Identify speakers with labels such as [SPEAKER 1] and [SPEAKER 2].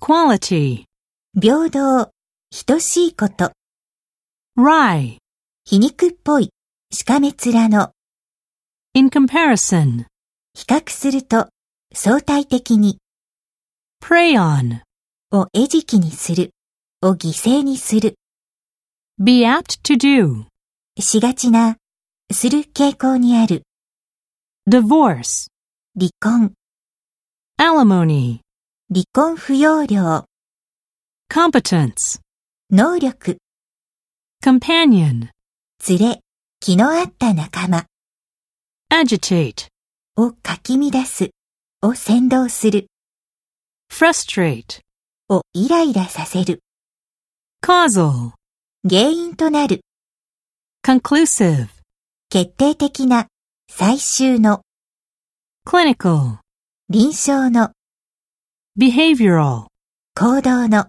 [SPEAKER 1] equality,
[SPEAKER 2] 平等、等しいこと、
[SPEAKER 1] wry,
[SPEAKER 2] 皮肉っぽい、しかめ面の、
[SPEAKER 1] in comparison,
[SPEAKER 2] 比較すると、相対的に、
[SPEAKER 1] prey on,
[SPEAKER 2] を餌食にする、を犠牲にする、
[SPEAKER 1] be apt to do,
[SPEAKER 2] しがちな、する傾向にある、
[SPEAKER 1] divorce,
[SPEAKER 2] 離婚、
[SPEAKER 1] alimony,
[SPEAKER 2] 離婚扶養料、
[SPEAKER 1] competence,
[SPEAKER 2] 能力、
[SPEAKER 1] companion,
[SPEAKER 2] 連れ、気の合った仲間、
[SPEAKER 1] agitate,
[SPEAKER 2] をかき乱す、を先導する、
[SPEAKER 1] frustrate,
[SPEAKER 2] をイライラさせる、
[SPEAKER 1] causal,
[SPEAKER 2] 原因となる、
[SPEAKER 1] conclusive,
[SPEAKER 2] 決定的な、最終の、
[SPEAKER 1] clinical,
[SPEAKER 2] 臨床の、
[SPEAKER 1] behavioral.
[SPEAKER 2] 行動の、